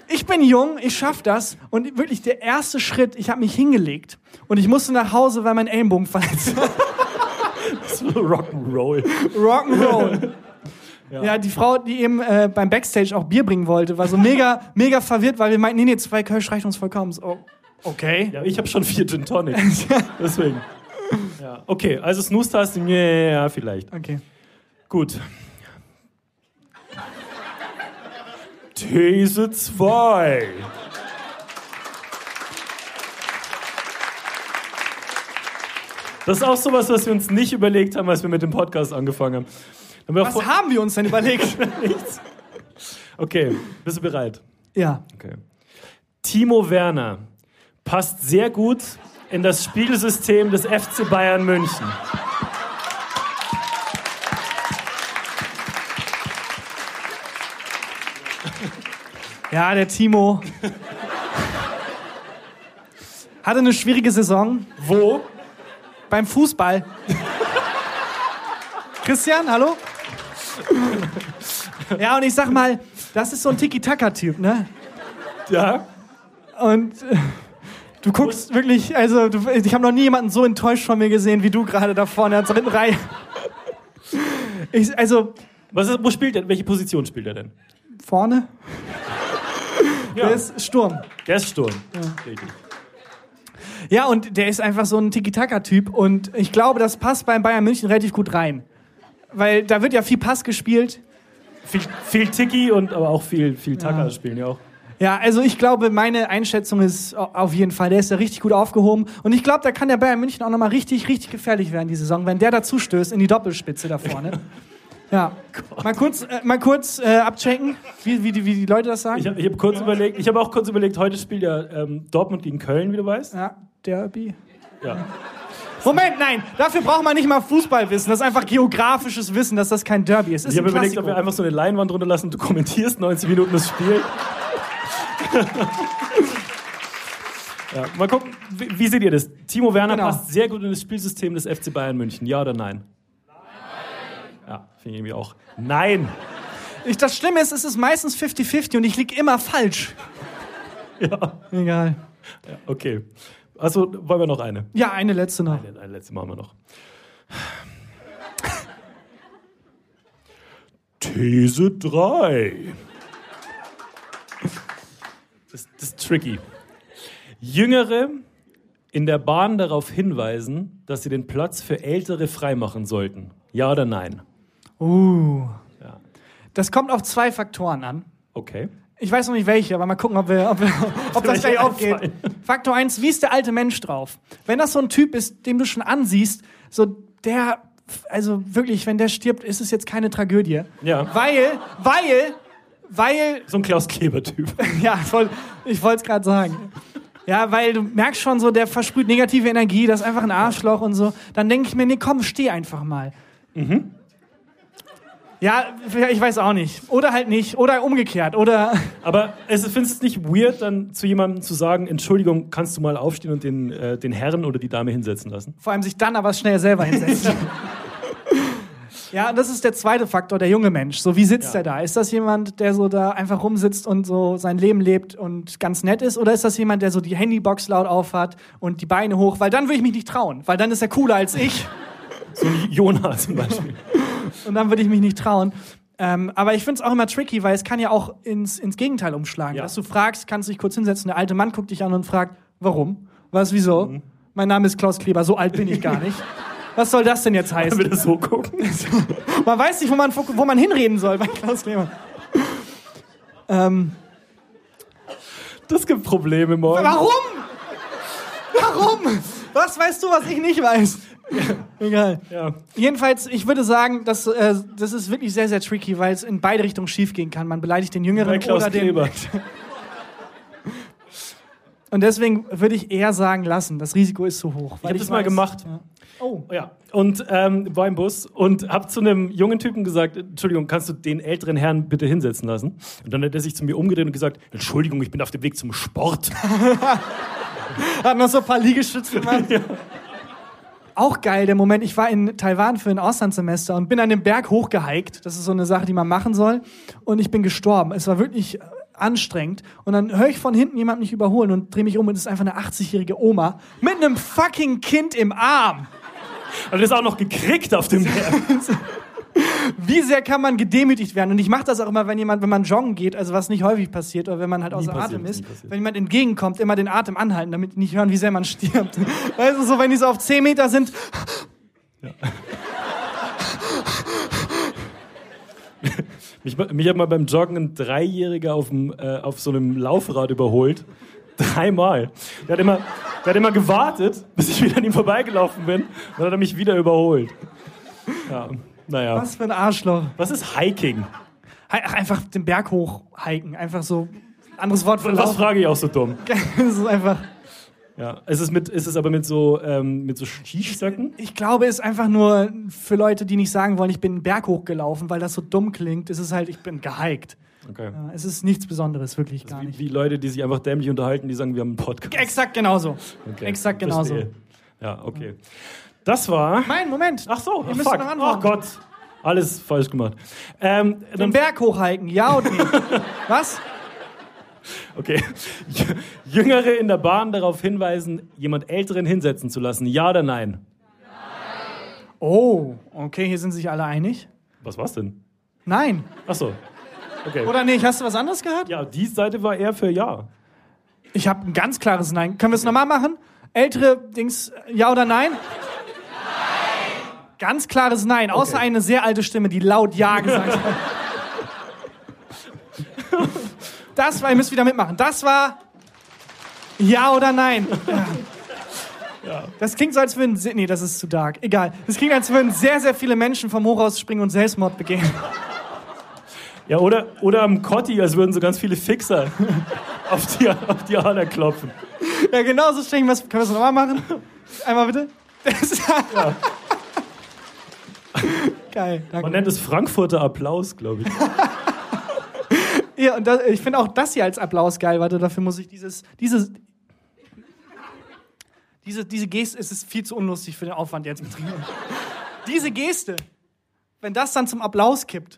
Ich bin jung, ich schaff das und wirklich der erste Schritt, ich habe mich hingelegt und ich musste nach Hause, weil mein Ellenbogen verletzt war.
Rock'n'Roll.
Rock'n'Roll. Ja. die Frau, die eben äh, beim Backstage auch Bier bringen wollte, war so mega, mega verwirrt, weil wir meinten, nee, nee, zwei Kölsch reicht uns vollkommen. So, okay.
Ja, ich habe schon vier Gin Tonic. Deswegen. Ja, okay, also Snooze-Taste, ja, ja, ja, vielleicht.
Okay.
Gut. These 2. Das ist auch sowas, was wir uns nicht überlegt haben, als wir mit dem Podcast angefangen haben. Haben wir auch
Was haben wir uns denn überlegt?
nichts? Okay, bist du bereit?
ja.
Okay. Timo Werner passt sehr gut in das Spielsystem des FC Bayern München.
Ja, der Timo. Hatte eine schwierige Saison.
Wo?
Beim Fußball. Christian, hallo? ja, und ich sag mal, das ist so ein Tiki-Taka-Typ, ne?
Ja.
Und äh, du guckst wirklich, also du, ich habe noch nie jemanden so enttäuscht von mir gesehen, wie du gerade da vorne in der dritten Reihe. Ich, also,
Was ist, wo spielt er? Welche Position spielt er denn?
vorne?
Ja.
Der ist Sturm.
Der ist Sturm. Richtig.
Ja, und der ist einfach so ein Tiki-Taka-Typ und ich glaube, das passt beim Bayern München relativ gut rein. Weil da wird ja viel Pass gespielt.
Viel, viel Tiki und aber auch viel, viel Taka spielen ja auch.
Ja, also ich glaube, meine Einschätzung ist au- auf jeden Fall, der ist ja richtig gut aufgehoben. Und ich glaube, da kann der Bayern München auch nochmal richtig, richtig gefährlich werden, die Saison, wenn der dazu stößt in die Doppelspitze da vorne. Ja, mal kurz, äh, mal kurz äh, abchecken, wie, wie, die, wie die Leute das sagen.
Ich habe ich hab kurz überlegt, ich habe auch kurz überlegt, heute spielt ja ähm, Dortmund gegen Köln, wie du weißt.
ja, Derby.
Ja.
Moment, nein, dafür braucht man nicht mal Fußballwissen. Das ist einfach geografisches Wissen, dass das kein Derby ist. Es
Ich
ist ein
habe überlegt, ob
Klassiko.
wir einfach so eine Leinwand runterlassen, du kommentierst 90 Minuten das Spiel. ja, mal gucken, wie, wie seht ihr das? Timo Werner
Genau.
passt sehr gut in das Spielsystem des FC Bayern München, ja oder nein? Nein! Ja, finde ich irgendwie auch. Nein!
Ich, das Schlimme ist, es ist meistens 50-50 und ich lieg immer falsch.
Ja,
Egal.
okay. Also wollen wir noch eine?
Ja, eine letzte noch.
Eine, eine letzte machen wir noch. These 3. Das, das ist tricky. Jüngere in der Bahn darauf hinweisen, dass sie den Platz für Ältere freimachen sollten. Ja oder nein?
Uh.
Ja.
Das kommt auf zwei Faktoren an.
Okay.
Ich weiß noch nicht welche, aber mal gucken, ob, wir, ob, wir, ob das gleich
Vielleicht
aufgeht.
einfallen.
Faktor eins: wie ist der alte Mensch drauf? Wenn das so ein Typ ist, dem du schon ansiehst, so der also wirklich, wenn der stirbt, ist es jetzt keine Tragödie.
Ja.
Weil, weil, weil,
So ein Klaus-Kleber-Typ.
ja, voll, ich wollte es gerade sagen. Ja, weil du merkst schon so, der versprüht negative Energie, das ist einfach ein Arschloch und so. Dann denke ich mir, nee, komm, steh einfach mal. Ja, ich weiß auch nicht. Oder halt nicht. Oder umgekehrt. Oder.
Aber es, findest du es nicht weird, dann zu jemandem zu sagen, Entschuldigung, kannst du mal aufstehen und den, äh, den Herrn oder die Dame hinsetzen lassen?
Vor allem sich dann aber schnell selber hinsetzen. ja, und das ist der zweite Faktor, der junge Mensch. So, wie sitzt
Ja.
er da? Ist das jemand, der so da einfach rumsitzt und so sein Leben lebt und ganz nett ist? Oder ist das jemand, der so die Handybox laut aufhat und die Beine hoch? Weil dann würde ich mich nicht trauen, weil dann ist er cooler als ich
So ein Jonah zum Beispiel.
und dann würde ich mich nicht trauen. Ähm, aber ich finde es auch immer tricky, weil es kann ja auch ins, ins Gegenteil umschlagen.
Ja.
Dass du fragst, kannst du dich kurz hinsetzen, der alte Mann guckt dich an und fragt, warum? Was, wieso?
Mhm.
Mein Name ist Klaus Kleber, so alt bin ich gar nicht. Was soll das denn jetzt heißen?
Wenn wir das so gucken.
Man weiß nicht, wo man, wo man hinreden soll bei Klaus Kleber. Ähm,
Das gibt Probleme morgen.
warum? Warum? Was weißt du, was ich nicht weiß? Egal.
Ja.
Jedenfalls, ich würde sagen, das, äh, das ist wirklich sehr, sehr tricky, weil es in beide Richtungen schief gehen kann. Man beleidigt den
Bei
Jüngeren
Klaus
oder den.
Kleber.
Und deswegen würde ich eher sagen lassen, das Risiko ist zu hoch. weil
hab das mal gemacht.
Ja. Oh.
Ja, und ähm, war im Bus und hab zu einem jungen Typen gesagt, Entschuldigung, kannst du den älteren Herrn bitte hinsetzen lassen? Und dann hat er sich zu mir umgedreht und gesagt, Entschuldigung, ich bin auf dem Weg zum Sport.
Hat noch so ein paar Liegestütze gemacht. Auch geil, der Moment. Ich war in Taiwan für ein Auslandssemester und bin an den Berg hochgehiked. Das ist so eine Sache, die man machen soll. Und ich bin gestorben. Es war wirklich äh, anstrengend. Und dann höre ich von hinten jemand mich überholen und drehe mich um und es ist einfach eine 80-jährige Oma mit einem fucking Kind im Arm.
Und ist auch noch gekriegt auf dem Berg.
Wie sehr kann man gedemütigt werden? Und ich mache das auch immer, wenn jemand, wenn man joggen geht, also was nicht häufig passiert oder wenn man halt außer
passiert,
Atem
nie
ist,
passiert.
wenn jemand entgegenkommt, immer den Atem anhalten, damit die nicht hören, wie sehr man stirbt. Weißt du, so wenn die so auf 10 Meter sind,
Mich, mich hat mal beim Joggen ein Dreijähriger auf, dem, äh, auf so einem Laufrad überholt. Dreimal. Der hat, immer, der hat immer gewartet, bis ich wieder an ihm vorbeigelaufen bin. Und dann hat er mich wieder überholt. Ja, naja. Was,
was für ein Arschloch.
ist Hiking?
Hi- Ach, einfach den Berg hoch hiken, einfach so. Anderes Wort für
Was
laufen.
frage ich auch so dumm?
Das ist einfach.
Ja, es ist, mit, es ist aber mit so, ähm, mit so Skistöcken.
Ich glaube, es ist einfach nur für Leute, die nicht sagen wollen, ich bin einen Berg hochgelaufen, weil das so dumm klingt. Es ist halt, ich bin gehiked.
Okay.
Ja, Es ist nichts Besonderes, wirklich gar
Wie,
nicht.
wie Leute, die sich einfach dämlich unterhalten, die sagen, wir haben einen Podcast.
Exakt genauso.
Okay,
Exakt genauso.
verstehe. Ja, okay. Das war.
Mein Moment.
Ach so,
ihr
ach,
müsst
fuck.
noch
Oh
antworten.
Gott. Alles falsch gemacht. Ähm,
Den
dann,
Berg hochhiken, ja oder nee? Was?
okay. Jü- Jüngere in der Bahn darauf hinweisen, jemand Älteren hinsetzen zu lassen. Ja oder nein?
Oh, okay, hier sind sich alle einig.
Was war's denn?
Nein.
Ach so. Okay.
Oder nicht? Hast du was anderes gehört?
ja, die Seite war eher für Ja.
Ich habe ein ganz klares Nein. Können wir es nochmal machen? Ältere Dings, ja oder nein? Ganz klares Nein, außer
Okay.
eine sehr alte Stimme, die laut Ja gesagt hat. Das war, ihr müsst wieder mitmachen. Das war Ja oder Nein. Das klingt so, als würden. se- Nee, das ist zu dark. Egal. Das klingt, als würden sehr, sehr viele Menschen vom Hochhaus springen und Selbstmord begehen.
Ja, oder, oder am Kotti, als würden so ganz viele Fixer auf die, auf die Ader klopfen.
Ja, genau so stelle ich mir das. Können wir das nochmal machen? Einmal bitte. Das Geil,
Man
danke.
nennt es Frankfurter Applaus, glaube ich.
Ja, und das, ich finde auch das hier als Applaus geil. Warte, dafür muss ich dieses. dieses diese, diese Geste es ist viel zu unlustig für den Aufwand, der jetzt betrieben wird. Diese Geste, wenn das dann zum Applaus kippt,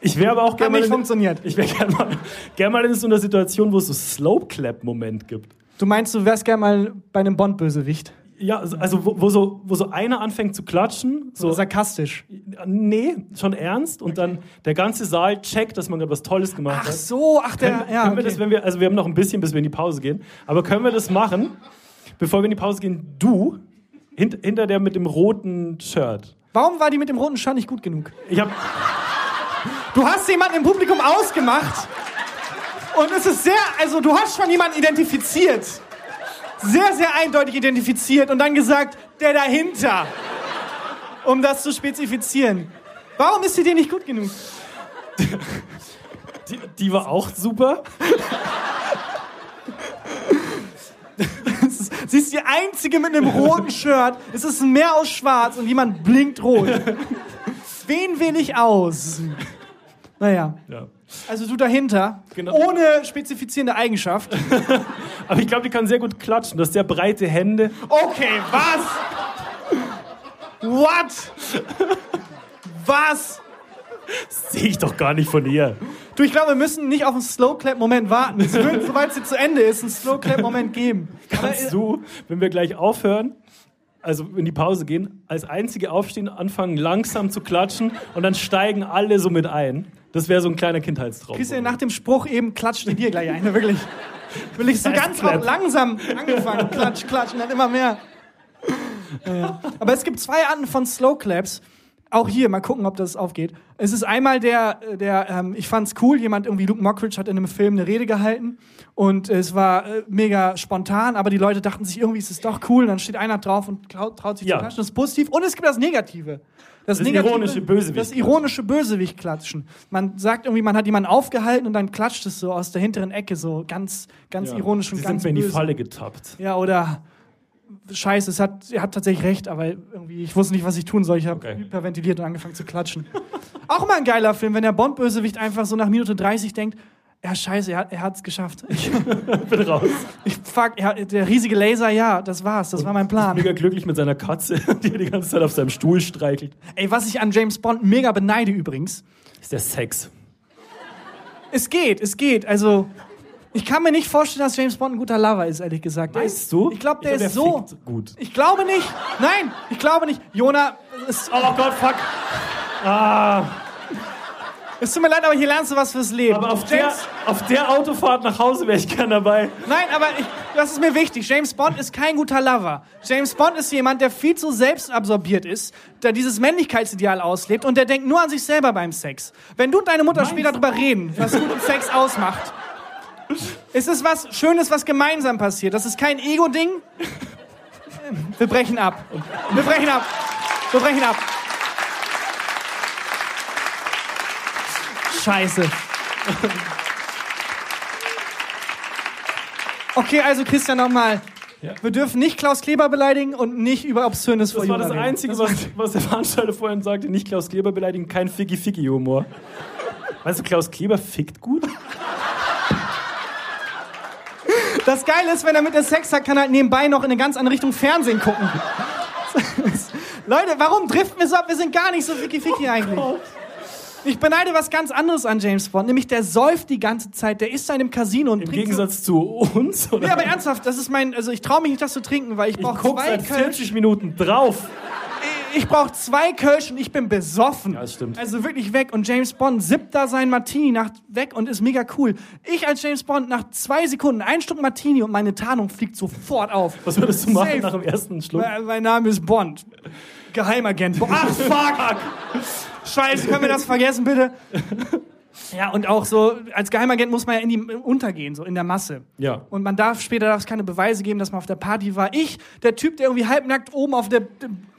Ich wäre aber auch
hat
gerne mal,
nicht
in-
funktioniert.
ich wär gern mal, gern mal in so einer Situation, wo es so Slope-Clap-Moment gibt.
Du meinst, du wärst gerne mal bei einem Bond-Bösewicht?
Ja, also- also wo, wo, so, wo so einer anfängt zu klatschen, so,
Sarkastisch.
nee, schon ernst, und dann der ganze Saal checkt, dass man gerade was Tolles gemacht
Ach
hat.
so, ach der. Ja,
können
okay.
wir das, wenn wir, also wir haben noch ein bisschen, bis wir in die Pause gehen, aber können wir das machen, bevor wir in die Pause gehen, du, hint, hinter der mit dem roten Shirt.
Warum war die mit dem roten Schirm nicht gut genug?
Ich habe
Du hast jemanden im Publikum ausgemacht. Und es ist sehr, also du hast schon jemanden identifiziert. sehr, sehr eindeutig identifiziert und dann gesagt, der dahinter, um das zu spezifizieren. Warum ist die dir nicht gut genug?
Die, die war auch super.
Sie ist die einzige mit einem roten Shirt. Es ist ein Meer aus Schwarz und jemand blinkt rot. Wen wähle ich aus? Naja,
Ja.
also du dahinter,
Genau.
ohne spezifizierende Eigenschaft.
Aber ich glaube, die kann sehr gut klatschen. Du hast sehr breite Hände.
Okay, was? What? Was?
Sehe ich doch gar nicht von ihr.
Du, ich glaube, wir müssen nicht auf einen Slow Clap Moment warten. Es wird, sobald sie zu Ende ist, einen Slow Clap Moment geben.
Kannst du, wenn wir gleich aufhören, also in die Pause gehen, als einzige aufstehen, anfangen langsam zu klatschen und dann steigen alle so mit ein. Das wäre so ein kleiner Kindheitstraum.
Christian, nach dem Spruch eben klatscht die dir gleich eine, wirklich. Will ich so
Fast
ganz
clap.
auch langsam angefangen, klatsch, klatsch und dann immer mehr. Ja. Aber es gibt zwei Arten von Slow Claps. Auch hier, mal gucken, ob das aufgeht. Es ist einmal der, der ähm, ich fand's cool, jemand irgendwie, Luke Mockridge hat in einem Film eine Rede gehalten und es war äh, mega spontan, aber die Leute dachten sich, irgendwie ist es doch cool. Und dann steht einer drauf und traut, traut sich
Ja.
zu klatschen. Das ist positiv. Und es gibt das Negative.
Das ironische Bösewicht.
Das ironische Bösewicht klatschen. Man sagt irgendwie, man hat jemanden aufgehalten und dann klatscht es so aus der hinteren Ecke, so ganz, ganz ironisch und
Sie
ganz
sind mir in die
böse.
Falle getappt.
Ja, oder Scheiße, es hat, ihr habt tatsächlich recht, aber irgendwie, ich wusste nicht, was ich tun soll. Ich habe
Okay.
hyperventiliert und angefangen zu klatschen. Auch mal ein geiler Film, wenn der Bond-Bösewicht einfach so nach Minute 30 denkt, ja, scheiße, er, hat- er hat's geschafft. Ich,
Bin raus.
ich fuck, er, hat- der riesige Laser, ja, das war's, das war mein Plan.
Mega glücklich mit seiner Katze, die er die ganze Zeit auf seinem Stuhl streichelt.
Ey, was ich an James Bond mega beneide übrigens,
Ist der Sex.
Es geht, es geht. Also, ich kann mir nicht vorstellen, dass James Bond ein guter Lover ist, ehrlich gesagt. Der ist-
Weißt du?
Ich glaube, der
Ich glaub,
ist so.
fickt gut.
Ich glaube nicht. Nein, ich glaube nicht. Jona, es,
Oh Gott, fuck.
Ah, es tut mir leid, aber hier lernst du was fürs Leben.
Aber auf der,
James,
auf der Autofahrt nach Hause wäre ich gern dabei.
Nein, aber ich, das ist mir wichtig. James Bond ist kein guter Lover. James Bond ist jemand, der viel zu selbstabsorbiert ist, der dieses Männlichkeitsideal auslebt und der denkt nur an sich selber beim Sex. Wenn du und deine Mutter später darüber reden, was guten Sex ausmacht, ist es was Schönes, was gemeinsam passiert. Das ist kein Ego-Ding. Wir brechen ab. Wir brechen ab. Wir brechen ab. Scheiße. Okay, also Christian nochmal.
Ja.
Wir dürfen nicht Klaus Kleber beleidigen und nicht über Obszönes vor
Das
ihm
war das
reden.
Einzige, was, was der Veranstalter vorhin sagte. Nicht Klaus Kleber beleidigen, kein Figgy-Figgy-Humor. Weißt du, Klaus Kleber fickt gut?
Das Geile ist, wenn er mit ihr Sex hat, kann er halt nebenbei noch in eine ganz andere Richtung Fernsehen gucken. Leute, warum driften wir so ab? Wir sind gar nicht so wiki-fiki eigentlich. Ich beneide was ganz anderes an James Bond, nämlich der säuft die ganze Zeit, der ist da in einem Casino und
Im
trinkt.
Gegensatz zu uns? Oder?
so, nee, aber ernsthaft, das ist mein. Also ich traue mich nicht, das zu trinken, weil ich
ich
brauche
guck
zwei
seit
Kölsch.
40 Minuten drauf.
Ich brauche zwei Kölsch und ich bin besoffen.
Ja, das stimmt.
Also wirklich weg. Und James Bond sippt da sein Martini nach weg und ist mega cool. Ich als James Bond nach zwei Sekunden, ein Stück Martini und meine Tarnung fliegt sofort auf.
Was würdest du machen
Safe. Äh,
nach dem ersten Schluck?
Mein, mein Name ist Bond. Geheimagent. Bo- Ach, fuck! Scheiße, können wir das vergessen, bitte? Ja, und auch so, als Geheimagent muss man ja in die, untergehen, so in der Masse.
Ja.
Und man darf später darf es keine Beweise geben, dass man auf der Party war. Ich, der Typ, der irgendwie halbnackt oben auf, der,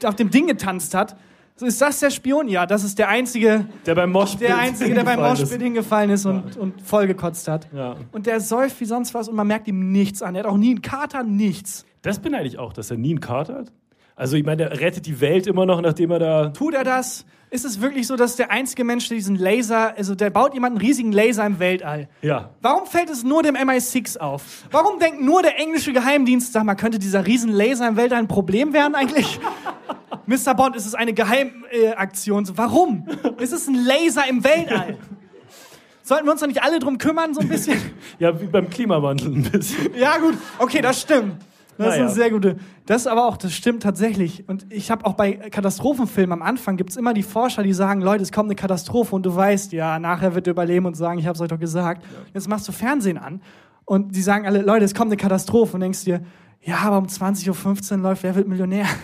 auf dem Ding getanzt hat. So, ist das der Spion? Ja, das ist der Einzige,
Der beim Moshpit
der Einzige, der beim
hingefallen
Moshpit hingefallen ist und, und vollgekotzt hat.
Ja.
Und der säuft wie sonst was und man merkt ihm nichts an. Er hat auch nie einen Kater, nichts.
ist. Das beneide ich auch, dass er nie einen Kater hat. Also ich meine, der rettet die Welt immer noch, nachdem er da...
Tut er das? Ist es wirklich so, dass der einzige Mensch, der diesen Laser, also der baut jemanden einen riesigen Laser im Weltall?
Ja.
Warum fällt es nur dem MI6 auf? Warum denkt nur der englische Geheimdienst, sag mal, könnte dieser riesen Laser im Weltall ein Problem werden eigentlich? Mr. Bond, ist es eine Geheimaktion? Äh, Aktion? So, Warum? Ist es ein Laser im Weltall? Sollten wir uns doch nicht alle drum kümmern, so ein bisschen?
Ja, wie beim Klimawandel ein bisschen.
Ja, gut. Okay, das stimmt. Das ist
Naja.
eine sehr gute. Das aber auch, das stimmt tatsächlich. Und ich habe auch bei Katastrophenfilmen am Anfang gibt's immer die Forscher, die sagen, Leute, es kommt eine Katastrophe und du weißt, ja, nachher wird er überleben und sagen, ich hab's euch doch gesagt. Jetzt machst du Fernsehen an und die sagen alle, Leute, es kommt eine Katastrophe und denkst dir, ja, aber um 20.15 Uhr läuft Wer wird Millionär?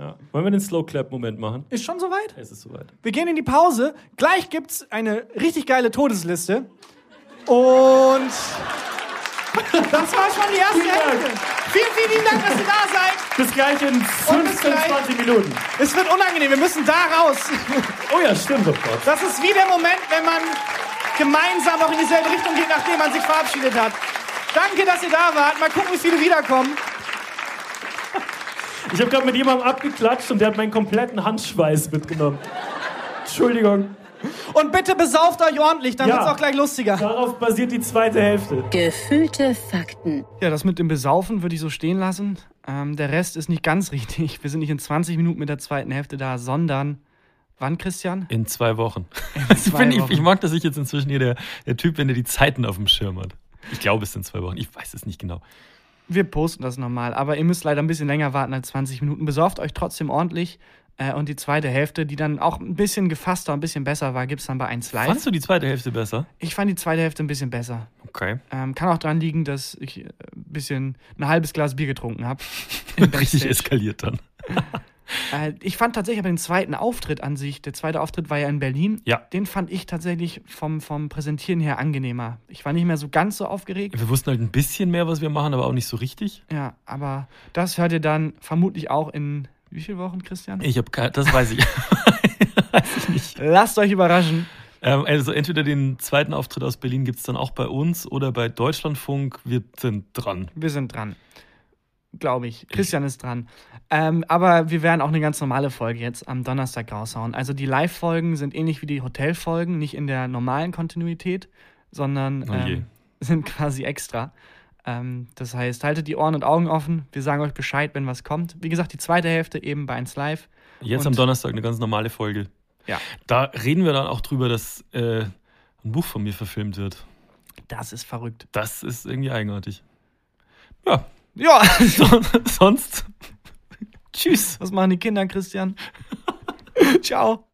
Ja. Wollen wir den Slow Clap-Moment machen?
Ist schon soweit?
Es ist soweit.
Wir gehen in die Pause. Gleich gibt's eine richtig geile Todesliste. Und Das war schon die erste
Vielen Dank.
Hälfte. Vielen, vielen lieben Dank, dass ihr da seid.
Bis gleich in 15,
gleich.
20 Minuten.
Es wird unangenehm, wir müssen da raus.
Oh ja, stimmt, oh Gott.
Das ist wie der Moment, wenn man gemeinsam auch in dieselbe Richtung geht, nachdem man sich verabschiedet hat. Danke, dass ihr da wart. Mal gucken, wie viele wiederkommen.
Ich habe gerade mit jemandem abgeklatscht und der hat meinen kompletten Handschweiß mitgenommen. Entschuldigung.
Und bitte besauft euch ordentlich, dann
Ja.
wird's auch gleich lustiger.
Darauf basiert die zweite Hälfte.
Gefühlte Fakten.
Ja, das mit dem Besaufen würde ich so stehen lassen. Ähm, der Rest ist nicht ganz richtig. Wir sind nicht in 20 Minuten mit der zweiten Hälfte da, sondern wann, Christian?
In zwei Wochen. ich,
zwei
bin, ich,
Wochen.
ich mag, dass ich jetzt inzwischen hier der, der Typ bin, der die Zeiten auf dem Schirm hat. Ich glaube, es sind zwei Wochen. Ich weiß es nicht genau.
Wir posten das nochmal, aber ihr müsst leider ein bisschen länger warten als 20 Minuten. Besauft euch trotzdem ordentlich. Äh, und die zweite Hälfte, die dann auch ein bisschen gefasster, ein bisschen besser war, gibt's dann bei 1 Live.
Fandst du die zweite Hälfte besser?
Ich fand die zweite Hälfte ein bisschen besser.
Okay.
Ähm, kann auch daran liegen, dass ich äh, ein bisschen ein halbes Glas Bier getrunken habe.
Richtig eskaliert dann.
Äh, ich fand tatsächlich aber den zweiten Auftritt an sich, der zweite Auftritt war ja in Berlin,
Ja.
den fand ich tatsächlich vom, vom Präsentieren her angenehmer. Ich war nicht mehr so ganz so aufgeregt.
Wir wussten halt ein bisschen mehr, was wir machen, aber auch nicht so richtig.
Ja, aber das hört ihr dann vermutlich auch in wie viele Wochen, Christian?
Ich habe, das weiß ich.
Lasst euch überraschen.
ähm, also entweder den zweiten Auftritt aus Berlin gibt es dann auch bei uns oder bei Deutschlandfunk. Wir sind dran.
Wir sind dran. Glaube ich. Christian ist dran. Ähm, aber wir werden auch eine ganz normale Folge jetzt am Donnerstag raushauen. Also die Live-Folgen sind ähnlich wie die Hotel-Folgen, nicht in der normalen Kontinuität, sondern
Oh je.
ähm, sind quasi extra. Ähm, das heißt, haltet die Ohren und Augen offen. Wir sagen euch Bescheid, wenn was kommt. Wie gesagt, die zweite Hälfte eben bei 1 Live.
Jetzt
Und-
am Donnerstag eine ganz normale Folge.
Ja.
Da reden wir dann auch drüber, dass äh, ein Buch von mir verfilmt wird.
Das ist verrückt.
Das ist irgendwie eigenartig. Ja,
Ja,
son sonst. Tschüss.
was machen die Kinder, Christian? Ciao.